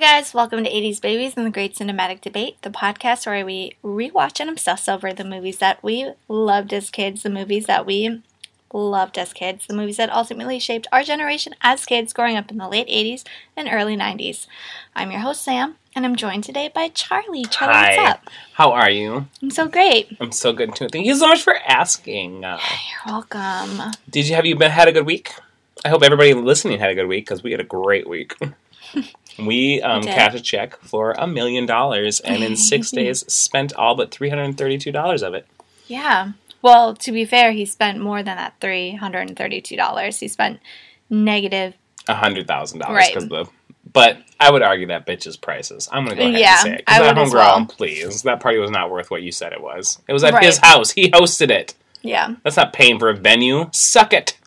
guys, welcome to 80s Babies and the Great Cinematic Debate, the podcast where we rewatch and obsess over the movies that we loved as kids, the movies that we loved as kids, the movies that ultimately shaped our generation as kids growing up in the late 80s and early 90s. I'm your host, Sam, and I'm joined today by Charlie. Charlie, Hi. what's up? How are you? I'm so great. I'm so good too. Thank you so much for asking. Uh, You're welcome. did you have you been had a good week? I hope everybody listening had a good week because we had a great week. we um, did. cashed a check for a million dollars and in six days spent all but three hundred and thirty-two dollars of it. Yeah. Well, to be fair, he spent more than that $332. He spent negative. A hundred thousand dollars Right. because the. But I would argue that bitch's prices. I'm gonna go ahead Yeah, and say it. 'cause I that would as homegirl, well. please. That party was not worth what you said it was. It was at Right. his house. He hosted it. Yeah. That's not paying for a venue. Suck it.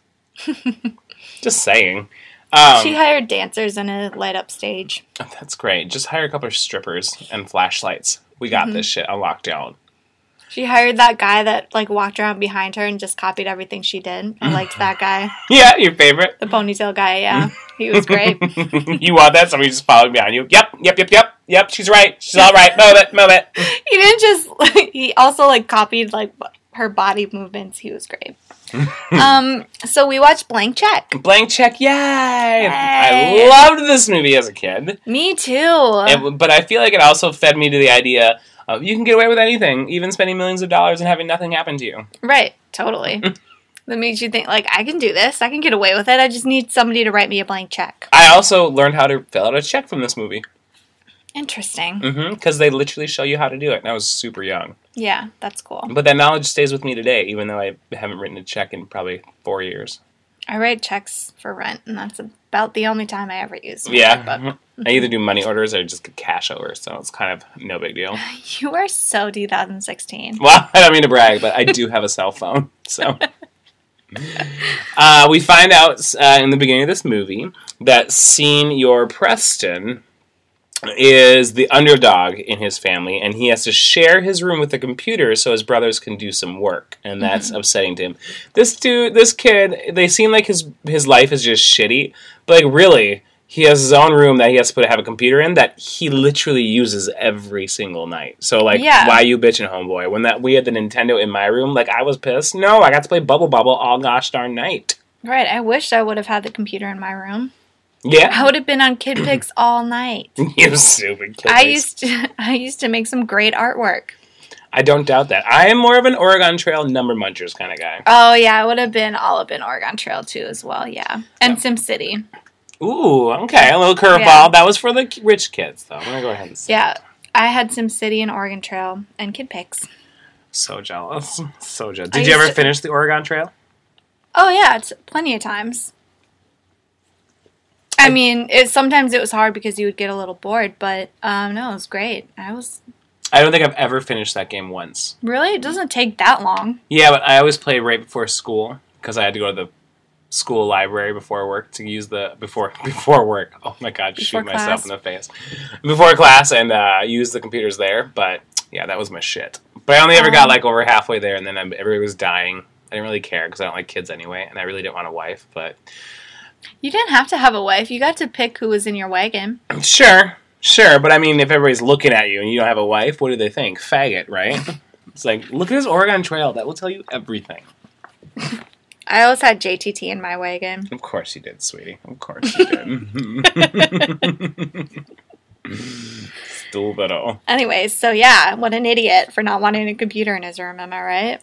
Just saying. Um, she hired dancers and a light up stage. that's great. Just hire a couple of strippers and flashlights. We got Mm-hmm. this shit on lockdown. She hired that guy that like walked around behind her and just copied everything she did. I liked that guy, Yeah, your favorite. the ponytail guy. Yeah, he was great. you want that? Somebody just following behind you. Yep, yep, yep, yep, yep. She's right. She's all right. Move it, move it. He didn't just. he also like copied like her body movements. He was great. um. So we watched Blank Check. Blank check. Yay! Yay. I loved this movie as a kid, Me too. It- but I feel like it also fed me to the idea of you can get away with anything, even spending millions of dollars and having nothing happen to you. right. Totally. that makes you think like I can do this. I can get away with it. I just need somebody to write me a blank check. I also learned how to fill out a check from this movie. Interesting. Mm-hmm. Because they literally show you how to do it, and I was super young. Yeah, that's cool. But that knowledge stays with me today, even though I haven't written a check in probably four years. I write checks for rent, and that's about the only time I ever use. my checkbook. Yeah, mm-hmm. I either do money orders or just get cash over, so it's kind of no big deal. You are so 2016. Well, I don't mean to brag, but I do have a cell phone, so. Uh, we find out uh, in the beginning of this movie that Senior Preston is the underdog in his family, and he has to share his room with the computer so his brothers can do some work, Mm-hmm. and that's upsetting to him. This dude, this kid, they seem like his his life is just shitty, but like really, he has his own room that he has to put have a computer in that he literally uses every single night. So like, Yeah. why you bitching, homeboy? When that we had the Nintendo in my room, like I was pissed. No, I got to play Bubble Bobble all gosh darn night. Right, I wish I would have had the computer in my room. I Yeah, would have been on Kid Pics all night. you stupid kid. I used to I used to make some great artwork. I don't doubt that. I am more of an Oregon Trail number munchers kind of guy. Oh yeah, I would have been all up in Oregon Trail too as well, yeah. And Sim SimCity. Ooh, okay, a little curveball. Yeah. That was for the k- rich kids, though. I'm gonna go ahead and say. Yeah. I had SimCity and Oregon Trail and Kid Pics. So jealous. So jealous. I Did you ever used to- finish the Oregon Trail? Oh yeah, it's plenty of times. I mean, it sometimes it was hard because you would get a little bored, but um, no, it was great. I was I don't think I've ever finished that game once. really it doesn't take that long. Yeah, but I always play right before school because I had to go to the school library before work to use the before before work. Oh my god, Before shoot myself class. in the face before class and uh, use the computers there. But yeah, that was my shit. But I only ever got Um. like over halfway there, and then I, everybody was dying. I didn't really care because I don't like kids anyway, and I really didn't want a wife. But You didn't have to have a wife. You got to pick who was in your wagon. sure, sure. But I mean, if everybody's looking at you and you don't have a wife, what do they think? Faggot, right? it's like look at this Oregon Trail. That will tell you everything. I always had JTT in my wagon. Of course you did, sweetie. Of course you did. Stupid. Anyways, so yeah, what an idiot for not wanting a computer in his room, am I right?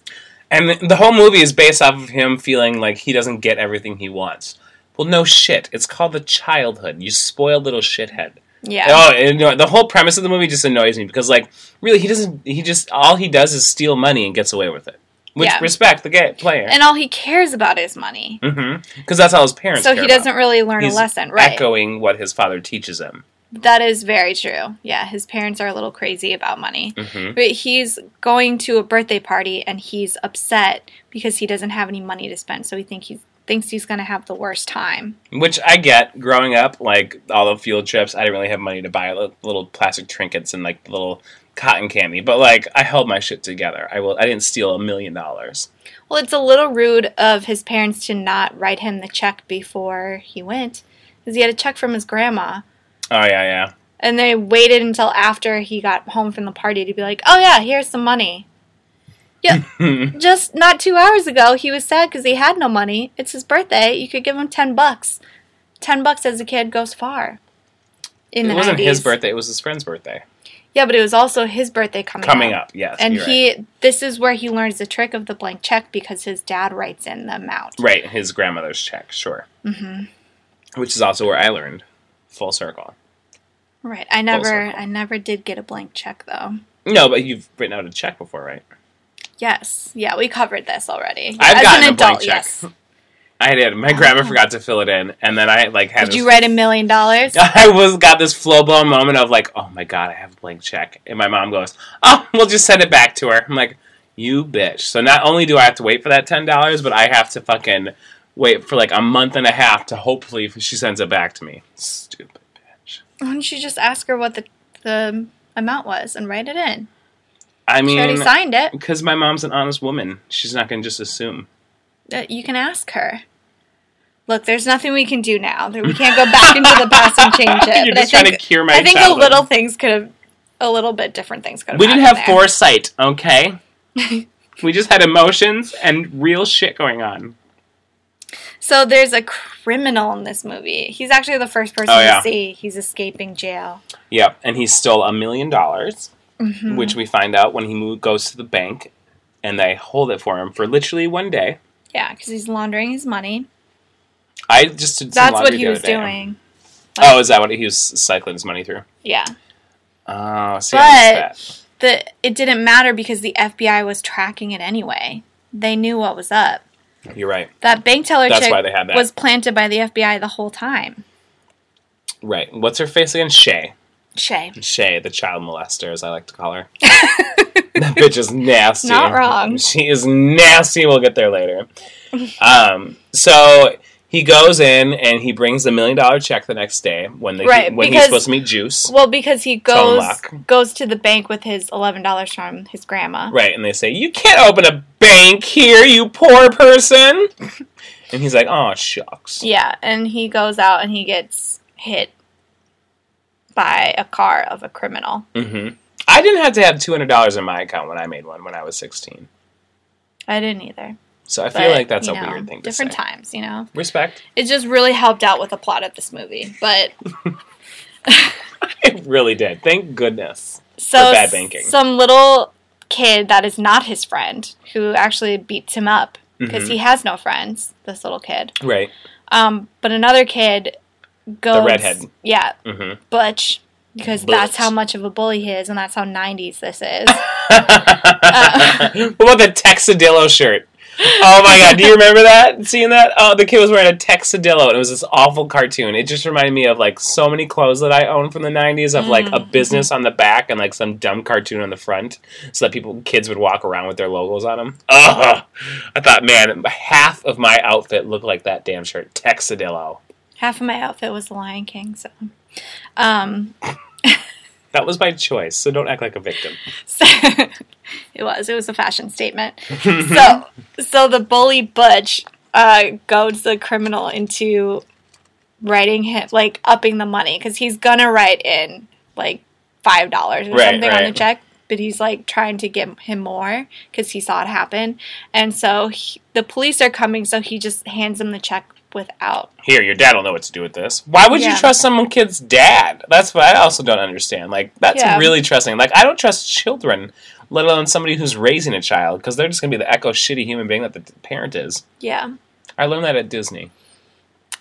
And the- the whole movie is based off of him feeling like he doesn't get everything he wants. Well, no shit. It's called the childhood. You spoiled little shithead. Yeah. Oh, and, you know, the whole premise of the movie just annoys me because, like, really, he doesn't. He just all he does is steal money and gets away with it. Which Yeah. respect the gay player, And all he cares about is money. because that's all his parents. So care he about. doesn't really learn He's a lesson, right? Echoing what his father teaches him. That is very true. Yeah, his parents are a little crazy about money. hmm But he's going to a birthday party and he's upset because he doesn't have any money to spend. So he think he thinks he's going to have the worst time. Which I get. Growing up, like all the field trips, I didn't really have money to buy li- little plastic trinkets and like little cotton candy. But like, I held my shit together. I will. I didn't steal a million dollars. Well, it's a little rude of his parents to not write him the check before he went, because he had a check from his grandma. Oh yeah, yeah. And they waited until after he got home from the party to be like, oh, yeah, here's some money. Yeah, just not two hours ago, he was sad because he had no money. It's his birthday. You could give him 10 bucks. 10 bucks as a kid goes far. In it the wasn't his 90s. birthday; it was his friend's birthday. Yeah, but it was also his birthday coming Coming up. up, yes, And you're he, this is where he learns the trick of the blank check because his dad writes in the amount. right. right his grandmother's check, sure. Mm-hmm. Which is also where I learned full circle. Right. I never, circle. I never did get a blank check though. No, but you've written out a check before, right? Yes. Yeah, we covered this already. I've gotten a blank check. I did. My grandma forgot to fill it in, and then I like had. Did this- you write a million dollars? I was got this flow blown moment of like, oh my god, I have a blank check, and my mom goes, oh, we'll just send it back to her. I'm like, you bitch. So not only do I have to wait for that ten dollars, but I have to fucking wait for like a month and a half to hopefully she sends it back to me. Stupid bitch. Why don't you just ask her what the the amount was and write it in? I She already mean, signed it. because my mom's an honest woman, she's not gonna just assume. Uh, You can ask her. Look, there's nothing we can do now. There- We can't go back into the past and change it. You're But I just trying think- to cure my. I think a childhood. little things could have, a little bit different things could have. We didn't have happened there. foresight, okay? we just had emotions and real shit going on. So there's a criminal in this movie. He's actually the first person Oh, yeah. to see. He's escaping jail. Yep, and he stole a million dollars, Mm-hmm. which we find out when he mo- goes to the bank, and they hold it for him for literally one day. Yeah, because he's laundering his money. I just did some That's what laundry he the was other day. doing. Oh, is that what he was cycling his money through? Yeah. Oh, see, I missed The it didn't matter because the FBI was tracking it anyway. They knew what was up. that. You're right. That bank teller That's chick why they had that. was planted by the FBI the whole time. Right. What's her face again? Shay. Shay. Shay, the child molester, as I like to call her. that bitch is nasty. Not wrong. She is nasty. We'll get there later. Um, so he goes in and he brings the million dollar check the next day when they Right, when he's because- supposed to meet Juice. Well, because he Tell 'em goes luck. goes to the bank with his eleven dollars from his grandma. Right, and they say, You can't open a bank here, you poor person. and he's like, Oh, shucks. Yeah, and he goes out and he gets hit by a car of a criminal. hmm I didn't have to have $200 in my account when I made one when I was 16. I didn't either. So I feel like that's a you know, weird thing to different say. times, you know. Respect. It just really helped out with the plot of this movie. But It really did. Thank goodness. so For bad banking. some little kid that is not his friend who actually beats him up because Mhm. he has no friends. This little kid. Right. Um, but another kid goes redhead. Yeah, hmm Butch. Because that's Butch. how much of a bully he is, and that's how '90s this is. Uh, what about the Texadillo shirt? Oh my god, do you remember that? Seeing that? Oh, the kid was wearing a Texadillo and it was this awful cartoon. It just reminded me of like so many clothes that I own from the 90s of like a business on the back and like some dumb cartoon on the front so that people kids would walk around with their logos on them. Ugh. I thought, man, half of my outfit looked like that damn shirt, Texadillo. Half of my outfit was The Lion King, so. Um, That was by choice, so don't act like a victim. so it was. It was a fashion statement. so, so the bully Butch uh, goads the criminal into writing him, like upping the money, because he's gonna write in like five dollars or Right, something on right. the check. But he's like trying to get him more because he saw it happen, and so he, the police are coming. So he just hands him the check without here, your dad will know what to do with this. Why would you Yeah. trust someone kid's dad? That's what I also don't understand. Like, that's Yeah. really trusting. Like, I don't trust children, let alone somebody who's raising a child, because they're just going to be the echo shitty human being that the t- parent is. yeah. I learned that at Disney.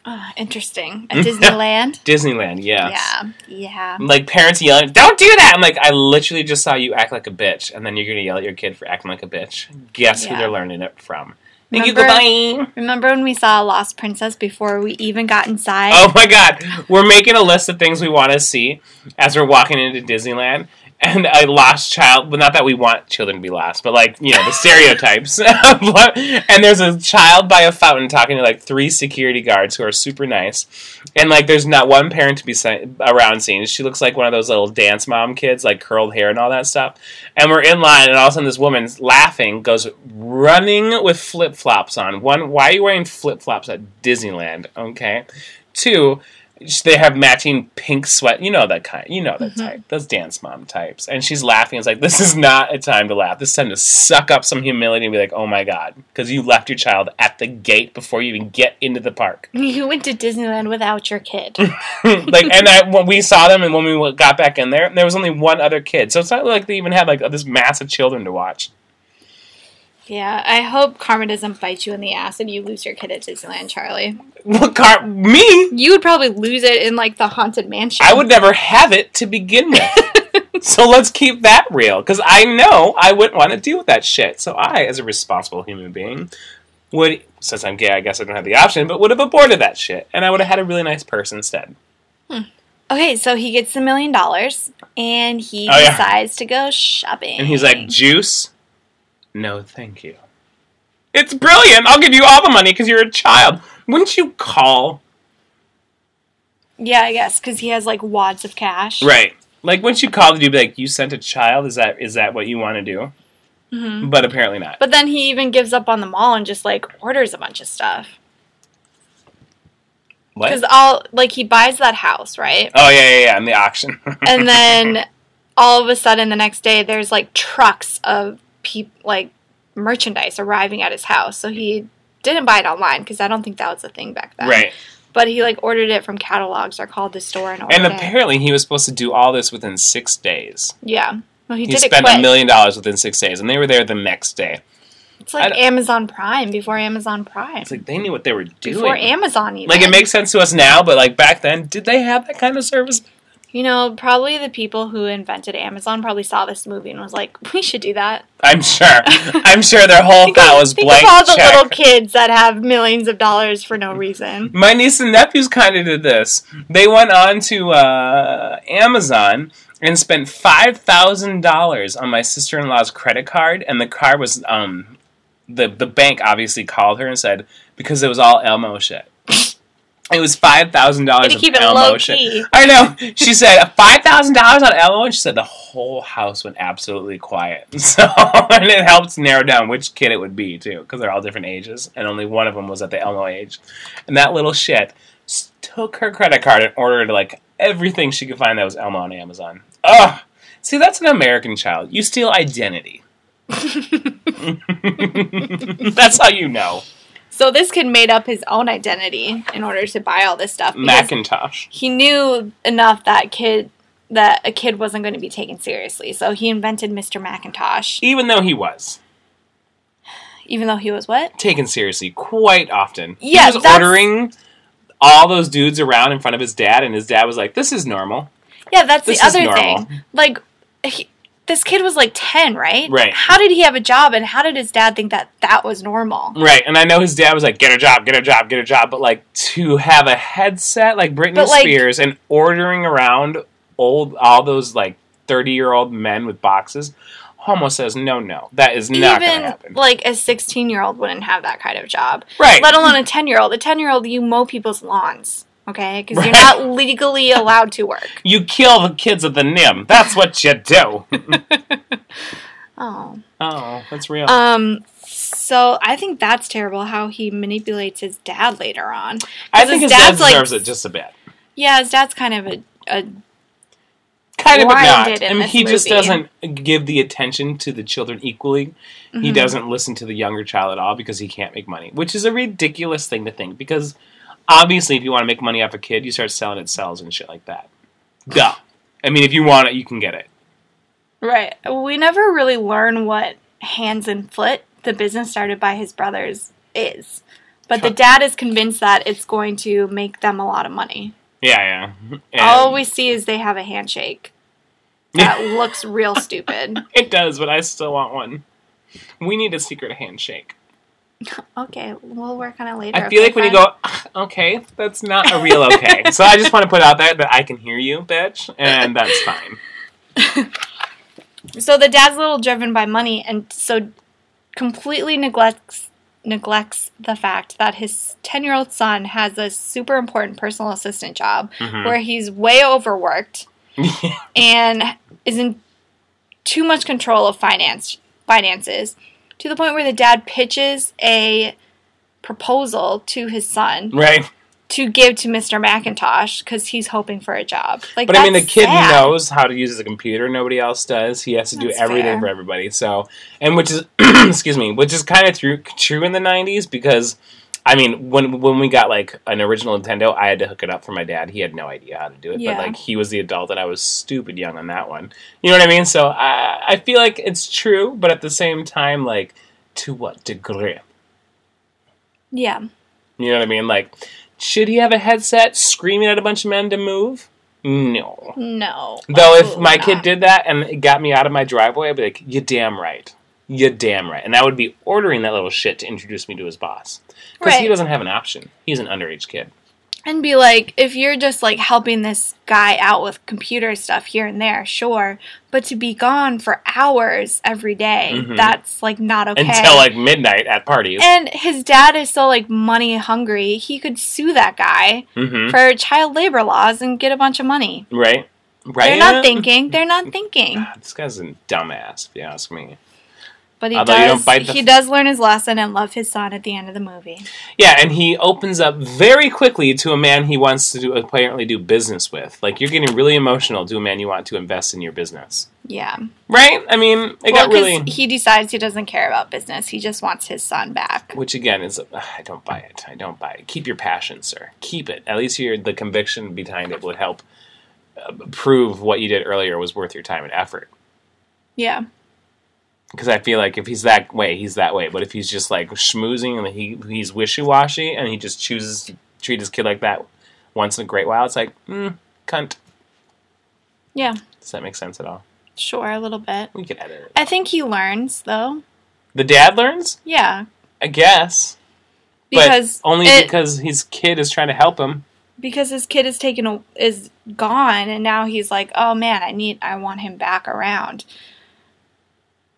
Uh, interesting at Disneyland. Disneyland, yes. Yeah, yeah. Like, parents yelling, don't do that! I'm like, I literally just saw you act like a bitch, and then you're going to yell at your kid for acting like a bitch. Guess who Yeah. they're learning it from? Thank you, Remember- goodbye! Remember when we saw Lost Princess before we even got inside? Oh my god, we're making a list of things we want to see as we're walking into Disneyland. And a lost child, well, not that we want children to be lost, but like, you know, the stereotypes. and there's a child by a fountain talking to like three security guards who are super nice. And like, there's not one parent to be si- around seeing. She looks like one of those little dance mom kids, like curled hair and all that stuff. And we're in line, and all of a sudden, this woman's laughing, goes running with flip flops on. One, why are you wearing flip flops at Disneyland? Okay. Two, they have matching pink sweat. You know that kind. You know that type. Those dance mom types. And she's laughing. It's like this is not a time to laugh. This is time to suck up some humility and be like, "Oh my god," because you left your child at the gate before you even get into the park. You went to Disneyland without your kid. like, and I, when we saw them, and when we got back in there, there was only one other kid. So it's not like they even had like this mass of children to watch. yeah, I hope karma doesn't bite you in the ass and you lose your kid at Disneyland, Charlie. What car? Me? You would probably lose it in like the haunted mansion. I would never have it to begin with. so let's keep that real, because I know I wouldn't want to deal with that shit. So I, as a responsible human being, would, since I'm gay, I guess I don't have the option, but would have aborted that shit, and I would have had a really nice person instead. Okay, so he gets the million dollars and he Oh, yeah. decides to go shopping. And he's like, "Juice? No, thank you." It's brilliant. I'll give you all the money because you're a child. Wouldn't you call? Yeah, I guess, because he has like wads of cash. Right. Like, wouldn't you call the dude? Be like, "You sent a child? Is that is that what you want to do?" hmm But apparently not. But then he even gives up on the mall and just like orders a bunch of stuff. What? Because all, like, he buys that house, right? Oh yeah, yeah, yeah. In the auction. and then all of a sudden the next day there's like trucks of peop- like merchandise arriving at his house so he didn't buy it online because i don't think that was a thing back then right. but he like ordered it from catalogs or called the store and ordered And it apparently, he was supposed to do all this within six days. yeah well he, He, did spent it a quick million dollars within six days, and they were there the next day. it's I like don't- amazon prime before amazon prime It's like they knew what they were doing. before amazon even like it makes sense to us now, but like back then, did they have that kind of service? you know probably the people who invented amazon probably saw this movie and was like we should do that I'm sure. I'm sure their whole think, thought of- was think blank of all the check. little kids that have millions of dollars for no reason My niece and nephews kind of did this. They went on to uh, Amazon and spent five thousand dollars on my sister in law's credit card, and the card was um, the the bank obviously called her and said because it was all Elmo shit. It was five thousand dollars Gotta of keep it Elmo low shit. key. I know. She said five thousand dollars on Elmo, and she said the whole house went absolutely quiet. So, and it helps narrow down which kid it would be too, because they're all different ages, and only one of them was at the Elmo age. And that little shit s- took her credit card and ordered like everything she could find that was Elmo on Amazon. Ugh. See, that's an American child. You steal identity. that's how you know So this kid made up his own identity in order to buy all this stuff. because Macintosh. he knew enough that kid that a kid wasn't going to be taken seriously. So he invented Mr. Macintosh, Even though he was. even though he was what? taken seriously quite often. Yeah, he was that's- ordering all those dudes around in front of his dad, and his dad was like, "This is normal." Yeah, that's This the is other normal. thing. Like he, this kid was like 10, right? Right. How did he have a job and how did his dad think that that was normal? Right, and I know his dad was like, "Get a job, get a job, get a job," but like to have a headset like Britney But, like- Spears and ordering around old all those like thirty year old men with boxes, Homo says, "No, no, that is not going to Even happen." like a 16-year-old wouldn't have that kind of job. right, let alone a 10 year old. A 10 year old, you mow people's lawns, okay? Because Right. you're not legally allowed to work. you kill the kids at the Nim. That's what you do. Oh. oh, that's real. Um, so I think that's terrible how he manipulates his dad later on. I think his his dad dad's, like, deserves it just a bit. Yeah, his dad's kind of a. a kind of but not. blinded in I mean, this he just movie. doesn't give the attention to the children equally. He Mhm. doesn't listen to the younger child at all because he can't make money, which is a ridiculous thing to think. Because obviously, if you want to make money off a kid, you start selling its cells and shit like that. Duh. I mean, if you want it, you can get it. Right. We never really learn what hands and foot, the business started by his brothers, is. But the Sure. dad is convinced that it's going to make them a lot of money. Yeah, yeah. And All we see is they have a handshake. That looks real stupid. it does, but I still want one. We need a secret handshake. Okay, we'll work on it later. I feel okay, like when you friend? go, okay, that's not a real okay. so I just want to put out there that I can hear you, bitch, and that's fine. So the dad's a little driven by money, and so completely neglects neglects the fact that his ten year old son has a super important personal assistant job Mhm. where he's way overworked and is in too much control of finance finances to the point where the dad pitches a proposal to his son right. to give to Mr. McIntosh because he's hoping for a job. Like, But I mean, the that's kid sad. knows how to use the computer. Nobody else does. He has to do That's everything fair. for everybody. So, and which is, excuse me, which is kind of true, true in the '90s because, I mean, when when we got like an original Nintendo, I had to hook it up for my dad. He had no idea how to do it, Yeah. but like he was the adult, and I was stupid young on that one. You know what I mean? So I I feel like it's true, but at the same time, like to what degree? Yeah, You know what I mean? Like, should he have a headset screaming at a bunch of men to move? No. no. Though if absolutely my not. kid did that and it got me out of my driveway, I'd be like, "You damn right, you damn right," and I would be ordering that little shit to introduce me to his boss because he Right. doesn't have an option. He's an underage kid. and be like, if you're just like helping this guy out with computer stuff here and there, sure, but to be gone for hours every day, Mhm. that's like not okay. until like midnight at parties. and his dad is so like money hungry, he could sue that guy hmm for child labor laws and get a bunch of money. Right, right. They're not thinking. They're not thinking. God, this guy's a dumbass, if you ask me. But he Although you don't does. bite the- He does learn his lesson and love his son at the end of the movie. Yeah, and he opens up very quickly to a man he wants to do, apparently do business with. Like you're getting really emotional to a man you want to invest in your business. Yeah. Right? I mean, it Well, got 'cause really. He decides he doesn't care about business. He just wants his son back. Which again is, ugh, I don't buy it. I don't buy it. Keep your passion, sir. Keep it. At least your the conviction behind it would help uh, prove what you did earlier was worth your time and effort. Yeah. Because I feel like if he's that way, he's that way. But if he's just like schmoozing and he he's wishy washy and he just chooses to treat his kid like that once in a great while, it's like mm, cunt. Yeah. Does that make sense at all? Sure, a little bit. We can edit it. I think he learns though. The dad learns, Yeah. I guess, Because but only it- because his kid is trying to help him. because his kid is taken a- is gone and now he's like, "Oh man, I need I want him back around."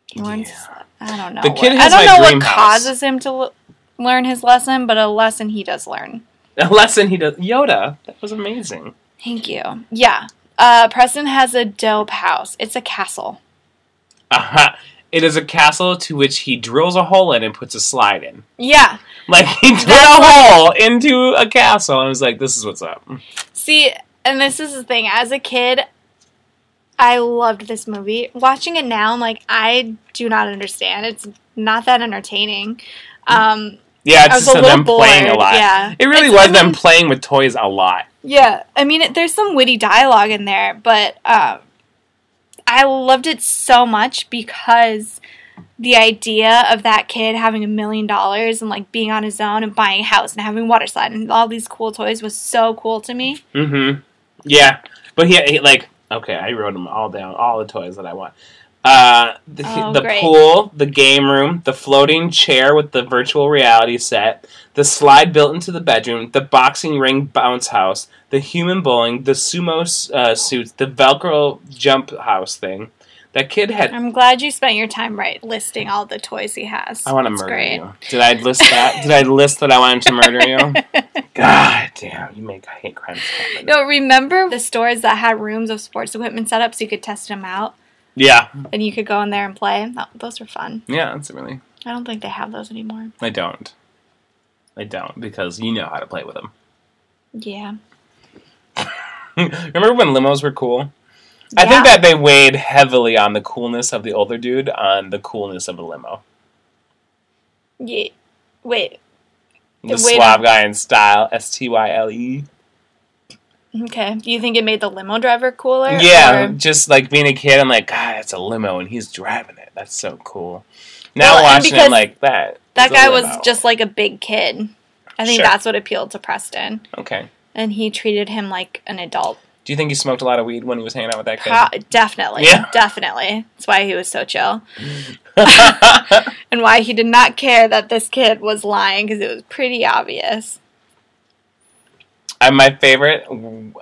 He learns Yeah. I don't know. The kid what- has I my don't know dream what house. causes him to l- learn his lesson, but a lesson he does learn. A lesson he does. Yoda, that was amazing. Thank you. Yeah. Uh, Preston has a dope house. It's a castle. Uh-huh. It is a castle to which he drills a hole in and puts a slide in. Yeah. Like he drilled a hole into a castle and was like, "This is what's up." See, and this is the thing. As a kid, I loved this movie. Watching it now, I'm like, I do not understand. It's not that entertaining. Mm. Um, Yeah, I it's was just a them little bored. playing a lot. Yeah. It really It's- was I them mean- playing with toys a lot. Yeah, I mean, it, there's some witty dialogue in there, but um, I loved it so much because the idea of that kid having a million dollars and like being on his own and buying a house and having a water slide and all these cool toys was so cool to me. Mm-hmm. Yeah, but he, he like okay, I wrote them all down, all the toys that I want. Uh, the, Oh, the great. pool, the game room, the floating chair with the virtual reality set, the slide built into the bedroom, the boxing ring bounce house, the human bowling, the sumo uh, suits, the Velcro jump house thing. That kid had. I'm glad you spent your time right listing all the toys he has. I want to It's murder great. you. Did I list that? Did I list that I wanted to murder you? God damn, you make hate crimes happen. No, remember the stores that had rooms of sports equipment set up so you could test them out Yeah, and you could go in there and play? Oh, those were fun. yeah, that's really. I don't think they have those anymore. I don't. I don't because you know how to play with them. Yeah. Remember when limos were cool? I think that they weighed heavily on the coolness of the older dude on the coolness of a limo. Yeah. Wait. The It weighed suave guy in style, S T Y L E. Okay. Do you think it made the limo driver cooler? Yeah, or- just like being a kid, I'm like, God, it's a limo and he's driving it. That's so cool. Now Well, and watching it, because I'm like that. that is a guy was limo." just like a big kid. I think Sure. that's what appealed to Preston, okay. and he treated him like an adult. Do you think he smoked a lot of weed when he was hanging out with that kid? Pro- definitely, Yeah. definitely. That's why he was so chill, and why he did not care that this kid was lying because it was pretty obvious. And my favorite,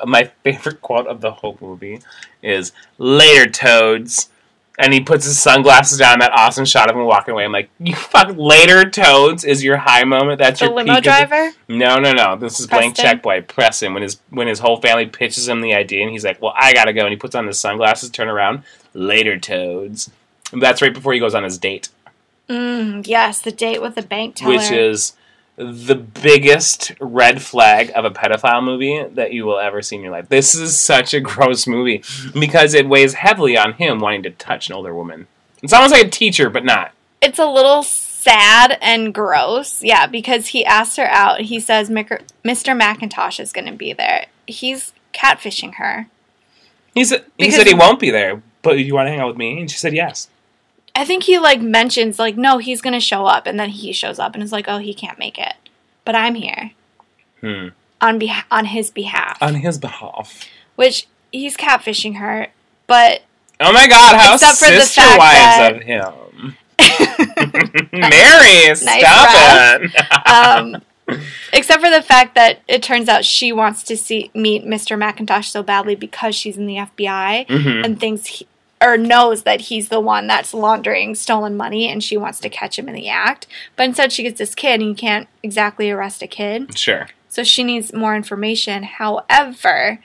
my favorite quote of the whole movie is "Later, Toads," and he puts his sunglasses down. That awesome shot of him walking away. I'm like, "You fuck, later, Toads is your high moment. That's The your limo peak of the- driver. no, no, no. This is blank Preston? check by Preston. When his when his whole family pitches him the idea, and he's like, "Well, I gotta go," and he puts on his sunglasses, turn around, later, Toads. And that's right before he goes on his date, Mm, yes, the date with the bank teller. which is the biggest red flag of a pedophile movie that you will ever see in your life. This is such a gross movie because it weighs heavily on him wanting to touch an older woman. It's almost like a teacher, but not. It's a little sad and gross. Yeah, because he asked her out. He says "Mic- Mr. McIntosh is going to be there. He's catfishing her. He said he Because- said he won't be there, but you want to hang out with me? And she said yes. I think he like mentions like no, he's going to show up and then he shows up and is like, "Oh, he can't make it." But I'm here Hmm. on beh- on his behalf. On his behalf. which he's catfishing her, but Oh my God! How Except for the sister fact that- wives of him. Mary, stop Russ. it. um, except for the fact that it turns out she wants to see meet Mr. McIntosh so badly because she's in the FBI Mhm. and thinks he, or knows that he's the one that's laundering stolen money and she wants to catch him in the act. But instead, she gets this kid and you can't exactly arrest a kid. Sure. So she needs more information. However,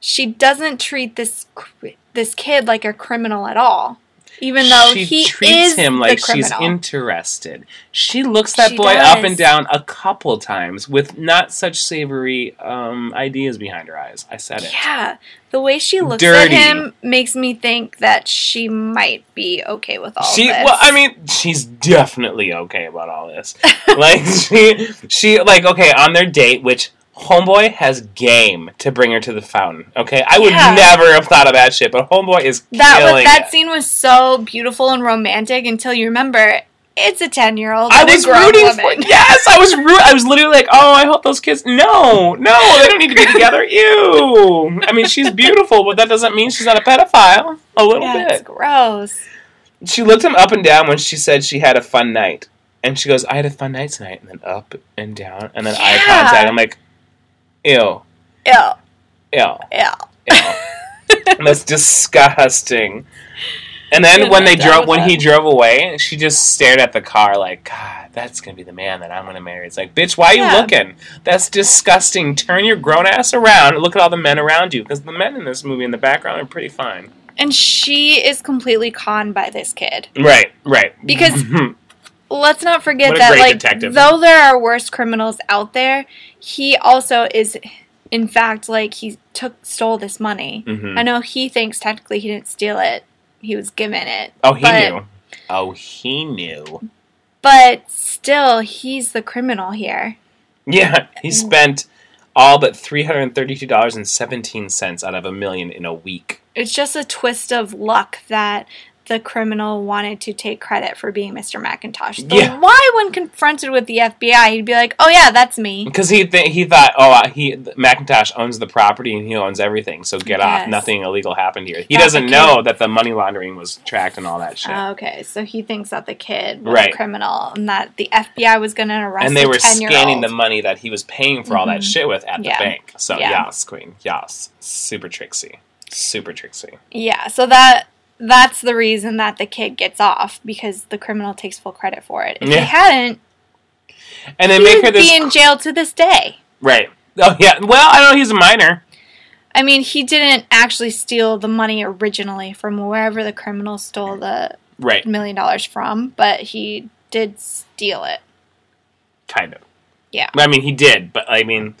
she doesn't treat this cr- this kid like a criminal at all. Even though she he treats is him like the she's criminal. interested. She looks that She boy up does. and down a couple times with not such savory um, ideas behind her eyes. I said it. Yeah, the way she looks Dirty. at him makes me think that she might be okay with all she this. well, I mean, she's definitely okay about all this. like she, she like okay on their date, which homeboy has game to bring her to the fountain. Okay, I would Yeah. never have thought of that shit, but homeboy is that was, killing that it. scene was so beautiful and romantic until you remember it's a ten year old. I was a grown rooting woman. for yes. I was root. I was literally like, oh, I hope those kids. No, no, they don't need to be together. Ew. I mean, she's beautiful, but that doesn't mean she's not a pedophile. A little Yeah, it's bit. gross. She looked him up and down when she said she had a fun night, and she goes, "I had a fun night tonight," and then up and down, and then eye Yeah. contact. I'm like, ew, Yeah, ew, yeah. ew. That's disgusting. And then You're when not they done drove, with when that. he drove away, she just stared at the car like, "God, that's gonna be the man that I'm gonna marry." It's like, bitch, why are Yeah. you looking? That's disgusting. Turn your grown ass around. and Look at all the men around you, because the men in this movie in the background are pretty fine. And she is completely conned by this kid. Right, right. Because- Mm-hmm, Let's not forget What a that, great like, detective. though there are worse criminals out there, he also is, in fact, like he took stole this money. Mhm. I know he thinks technically he didn't steal it. He was given it. Oh, he but, knew. Oh, he knew. But still, he's the criminal here. Yeah, he spent all but three hundred thirty-two dollars and seventeen cents out of a million in a week. It's just a twist of luck that the criminal wanted to take credit for being Mr. McIntosh. So Yeah. why, when confronted with the FBI, he'd be like, "Oh yeah, that's me." Because he th- he thought, oh, uh, he Macintosh owns the property and he owns everything, so get Yes. off. Nothing illegal happened here. That's He Oh, doesn't okay. know that the money laundering was tracked and all that shit. Okay, so he thinks that the kid was Right. a criminal and that the FBI was going to arrest. and they the were 10-year-old. scanning the money that he was paying for all that shit with at Mm-hmm. Yeah. the bank. So Yeah. yas, queen, yas, super tricksy, super tricksy. Yeah, so that that's the reason that the kid gets off because the criminal takes full credit for it. If Yeah. he hadn't, And they he make her would this be in jail to this day. right. Oh yeah. Well, I know he's a minor. I mean, he didn't actually steal the money originally from wherever the criminal stole the Right. million dollars from, but he did steal it. Kind of. Yeah. I mean, he did, but I mean,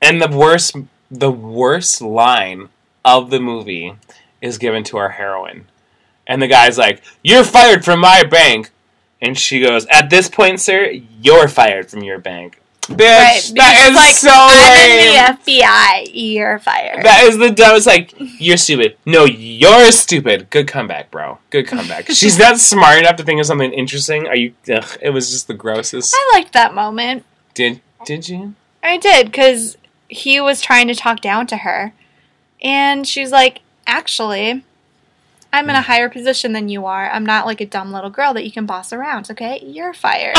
and the worst, the worst line of the movie is given to our heroine, and the guy's like, "You're fired from my bank," and she goes, "At this point, sir, you're fired from your bank." Bitch, that because, is like, so lame. I'm in the FBI. You're fired. That is the dumbest. Like you're stupid. No, you're stupid. Good comeback, bro. Good comeback. She's not smart enough to think of something interesting. Are you? Ugh, it was just the grossest. I liked that moment. Did did you? I did because he was trying to talk down to her, and she's like, "Actually, I'm in a higher position than you are. I'm not like a dumb little girl that you can boss around. Okay, you're fired."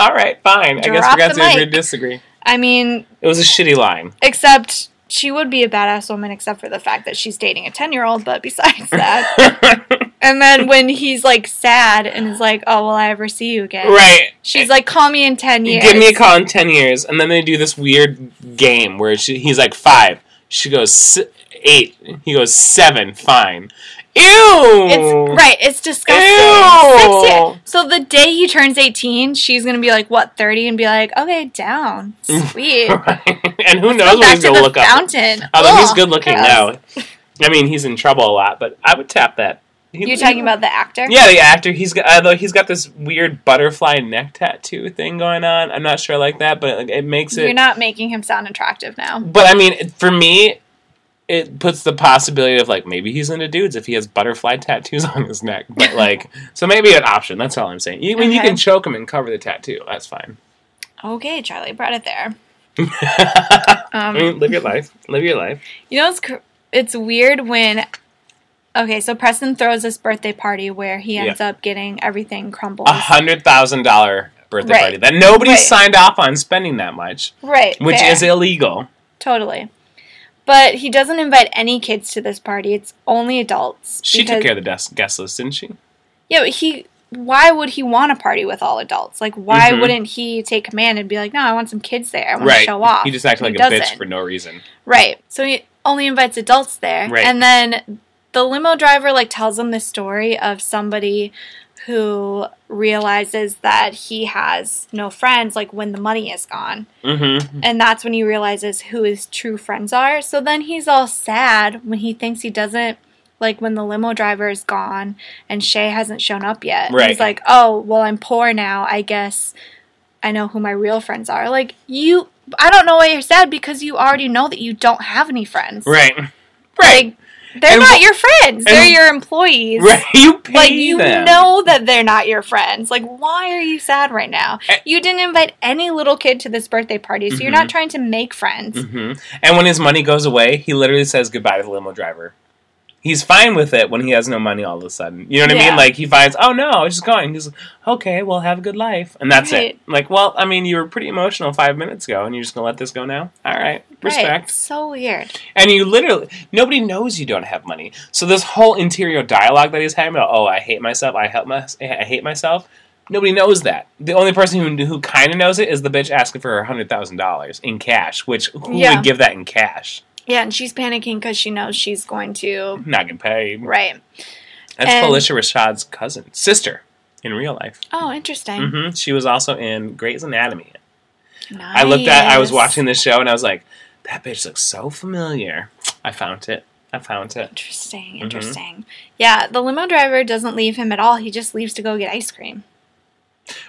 All right, fine. I guess Drop we're gonna the have to agree mic. to disagree. I mean, It was a shitty line. except she would be a badass woman, except for the fact that she's dating a ten-year-old. But besides that, right. and then when he's like sad and is like, "Oh, will I ever see you again?" She's like, "Call me in ten years." Give me a call in ten years, and then they do this weird game where she, he's like five. She goes "S- eight. He goes seven. Fine. Ew! It's right. It's disgusting. Ew. Sexy. So the day he turns eighteen, she's gonna be like what thirty, and be like, okay, down, sweet. Right. and who knows Go what back he's to gonna the look up? fountain. Although he's Ugh, good looking gross. now. I mean, he's in trouble a lot, but I would tap that. He- You're talking about the actor. Yeah, the actor. He's got although he's got this weird butterfly neck tattoo thing going on. I'm not sure I like that, but like, it makes it. You're not making him sound attractive now. but I mean, for me, it puts the possibility of like maybe he's into dudes if he has butterfly tattoos on his neck. But like, so maybe an option. That's all I'm saying. You, I mean, you Okay. can choke him and cover the tattoo. That's fine. Okay, Charlie brought it there. I Um, mean, live your life. Live your life. You know, it's cr- it's weird when. Okay, so Preston throws this birthday party where he ends up getting everything crumbled. A hundred thousand dollar birthday Right. party that nobody Right. signed off on spending that much, Right, which fair. is illegal. totally. But he doesn't invite any kids to this party. It's only adults. She because- took care of the guest guest list, didn't she? Yeah, but he. Why would he want to party with all adults? Like, why Mhm. wouldn't he take command and be like, "No, I want some kids there. I want to Right. show off." He just acted like And he a bitch doesn't. for no reason. Right. So he only invites adults there. Right. And then the limo driver like tells him the story of somebody who realizes that he has no friends like when the money is gone. Mm-hmm. And that's when he realizes who his true friends are. So then he's all sad when he thinks he doesn't like when the limo driver is gone and Shay hasn't shown up yet. And Right. He's like, "Oh, well I'm poor now. I guess I know who my real friends are." Like, you I don't know why you're sad because you already know that you don't have any friends. Right. Like, Right. they're And- not your friends. They're and- your employees. right. You pay Like you them. know that they're not your friends. Like why are you sad right now? And- You didn't invite any little kid to this birthday party, so you're Mm-hmm. not trying to make friends. hmm And when his money goes away, he literally says goodbye to the limo driver. He's fine with it when he has no money all of a sudden. You know what I Yeah. mean? Like he finds, oh no, I was just going. He's like, okay, well, have a good life, and that's Right. it. Like, well, I mean, you were pretty emotional five minutes ago, and you're just gonna let this go now? All right, Right. respect. So weird. And you literally, nobody knows you don't have money. So this whole interior dialogue that he's having about, oh, I hate myself, I help my, I hate myself. Nobody knows that. The only person who who kind of knows it is the bitch asking for her hundred thousand dollars in cash. Which who Yeah. would give that in cash? Yeah, and she's panicking because she knows she's going to. Not getting paid. Right. That's And- Felicia Rashad's cousin, sister, in real life. Oh, interesting. hmm She was also in Grey's Anatomy. Nice. Mm-hmm. I looked at, I was watching this show, and I was like, that bitch looks so familiar. I found it. I found it. Interesting. Mm-hmm. Interesting. Yeah, the limo driver doesn't leave him at all. He just leaves to go get ice cream.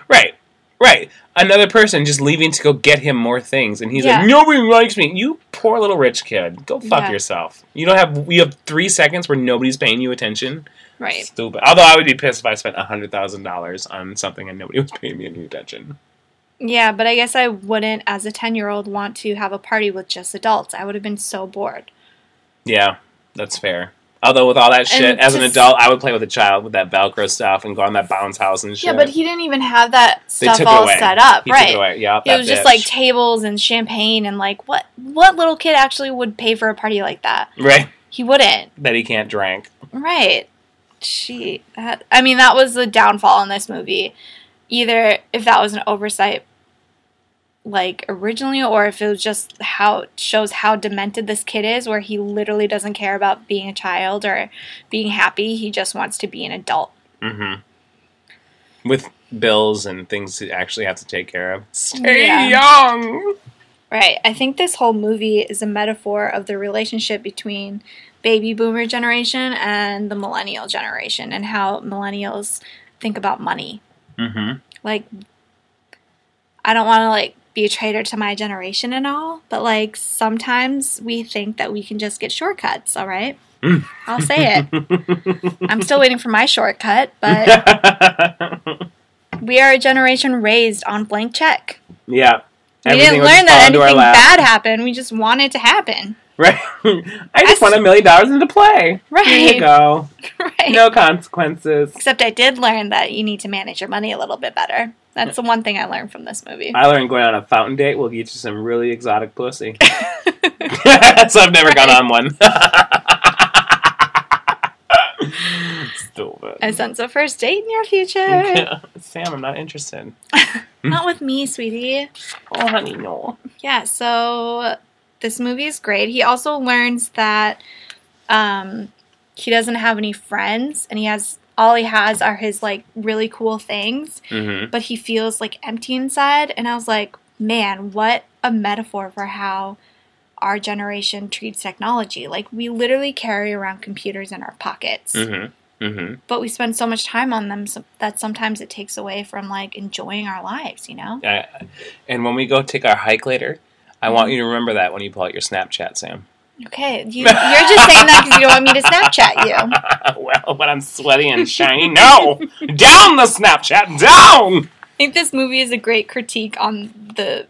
Right. Right. Another person just leaving to go get him more things and he's Yeah. like, Nobody likes me. You poor little rich kid. Go fuck Yeah. yourself. You don't have you have three seconds where nobody's paying you attention. Right. Stupid. Although I would be pissed if I spent hundred thousand dollars on something and nobody was paying me any attention. Yeah, but I guess I wouldn't, as a 10 year old, want to have a party with just adults. I would have been so bored. Yeah, that's fair. Although with all that shit, as an just- adult, I would play with a child with that Velcro stuff and go on that bounce house and shit. Yeah, but he didn't even have that They stuff took it all away. set up, He took right? it away. Yeah, It was just like tables and champagne and like what what little kid actually would pay for a party like that? right He wouldn't. that he can't drink. Right. She that I mean that was the downfall in this movie. Either if that was an oversight like originally or if it was just how it shows how demented this kid is where he literally doesn't care about being a child or being happy. He just wants to be an adult. Mm-hmm. With bills and things to actually have to take care of. Stay Yeah. young. Right. I think this whole movie is a metaphor of the relationship between baby boomer generation and the millennial generation and how millennials think about money. Mm-hmm. like I don't want to like be a traitor to my generation and all, but like sometimes we think that we can just get shortcuts, all right? Mm. I'll say it. I'm still waiting for my shortcut, but we are a generation raised on blank check. yeah. We Everything didn't will just learn fall that into our anything lap. bad happened. We just want it to happen. Right. I s- just want a million dollars into play. Here Right. you go. Right. No consequences. Except I did learn that you need to manage your money a little bit better. That's the one thing I learned from this movie. I learned going on a fountain date will get you some really exotic pussy. so I've never gone on one. I Stupid. sense a first date in your future. Sam, I'm not interested. Not with me, sweetie. Oh, honey, no. Yeah, so this movie is great. He also learns that um, he doesn't have any friends and he has all he has are his like really cool things, Mm-hmm. but he feels like empty inside. And I was like, man, what a metaphor for how our generation treats technology. Like, we literally carry around computers in our pockets, Mm-hmm. Mm-hmm. but we spend so much time on them so- that sometimes it takes away from like enjoying our lives, you know? Uh, and when we go take our hike later, I want you to remember that when you pull out your Snapchat, Sam. Okay, you, you're just saying that because you don't want me to Snapchat you. well, when I'm sweaty and shiny, no! down the Snapchat, down! I think this movie is a great critique on the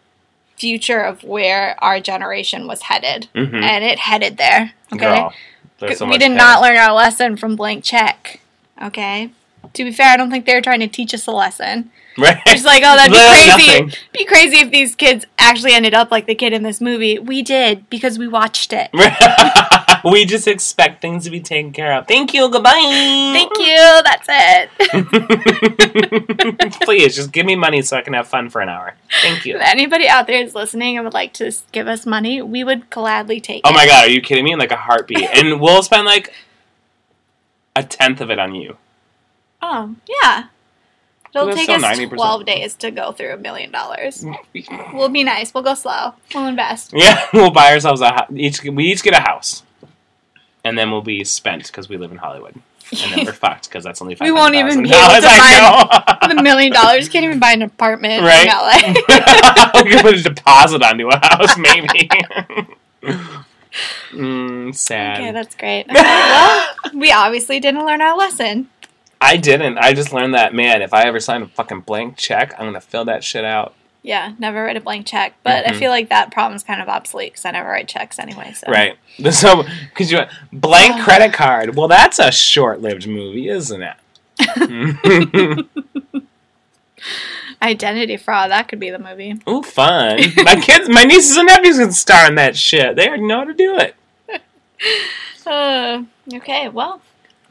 future of where our generation was headed. Mm-hmm. And it headed there. Eh, Okay. Girl, there's so we much did pain. not learn our lesson from blank check. Okay. To be fair, I don't think they were trying to teach us a lesson. Right? It's like, oh, that'd Learn be crazy. nothing. Be crazy if these kids actually ended up like the kid in this movie. We did because we watched it. we just expect things to be taken care of. Thank you, goodbye. Thank you. That's it. Please, just give me money so I can have fun for an hour. Thank you. if anybody out there is listening and would like to s- give us money, we would gladly take Oh it. my god, are you kidding me? In like a heartbeat. And we'll spend like a tenth of it on you. Oh, yeah. It'll That's take still us 90%. 12 days to go through a million dollars. We'll be nice. We'll go slow. We'll invest. Yeah, we'll buy ourselves a house. Each we each get a house, and then we'll be spent because we live in Hollywood, and then we're fucked because that's only five. We won't even be able to I The million dollars can't even buy an apartment Right. in LA. know. we could put a deposit onto a house, maybe. mm, sad. Okay, that's great. Okay, well, we obviously didn't learn our lesson. I didn't. I just learned that man. If I ever sign a fucking blank check, I'm gonna fill that shit out. Yeah, never write a blank check, but I Mhm. feel like that problem's kind of obsolete because I never write checks anyway. So Right. So, because you blank Oh. credit card. Well, that's a short-lived movie, isn't it? identity fraud that could be the movie. Ooh, fun! my kids, my nieces and nephews can star in that shit. They already know how to do it. Uh, okay, well,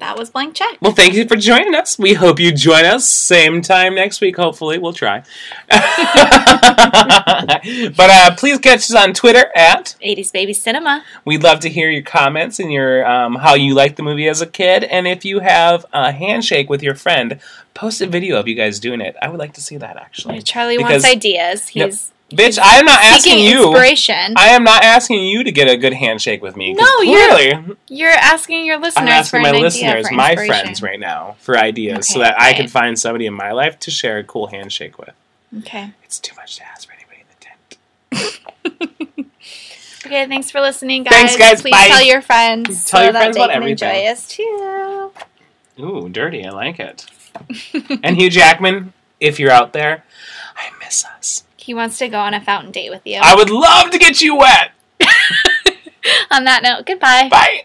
that was blank check. Well, thank you for joining us. We hope you join us same time next week. Hopefully, we'll try. but uh, please catch us on Twitter at. 80s baby cinema. We'd love to hear your comments and your um, how you liked the movie as a kid, and if you have a handshake with your friend, post a video of you guys doing it. I would like to see that actually. Charlie Because- wants ideas. Yep. He's Bitch, I am not asking seeking you. inspiration. I am not asking you to get a good handshake with me. 'cause No, you're- clearly. You're asking your listeners I'm for asking an my idea listeners, for my inspiration. friends right now, for ideas so Okay, that I right. can find somebody in my life to share a cool handshake with. Okay. It's too much to ask for anybody in the tent. Okay. Thanks for listening, guys. Thanks, guys. Please Bye. tell your friends. Tell so your that friends they about can everything. Enjoy us too. Ooh, dirty. I like it. and Hugh Jackman, if you're out there, I miss us. he wants to go on a fountain date with you. I would love to get you wet. on that note, goodbye. Bye.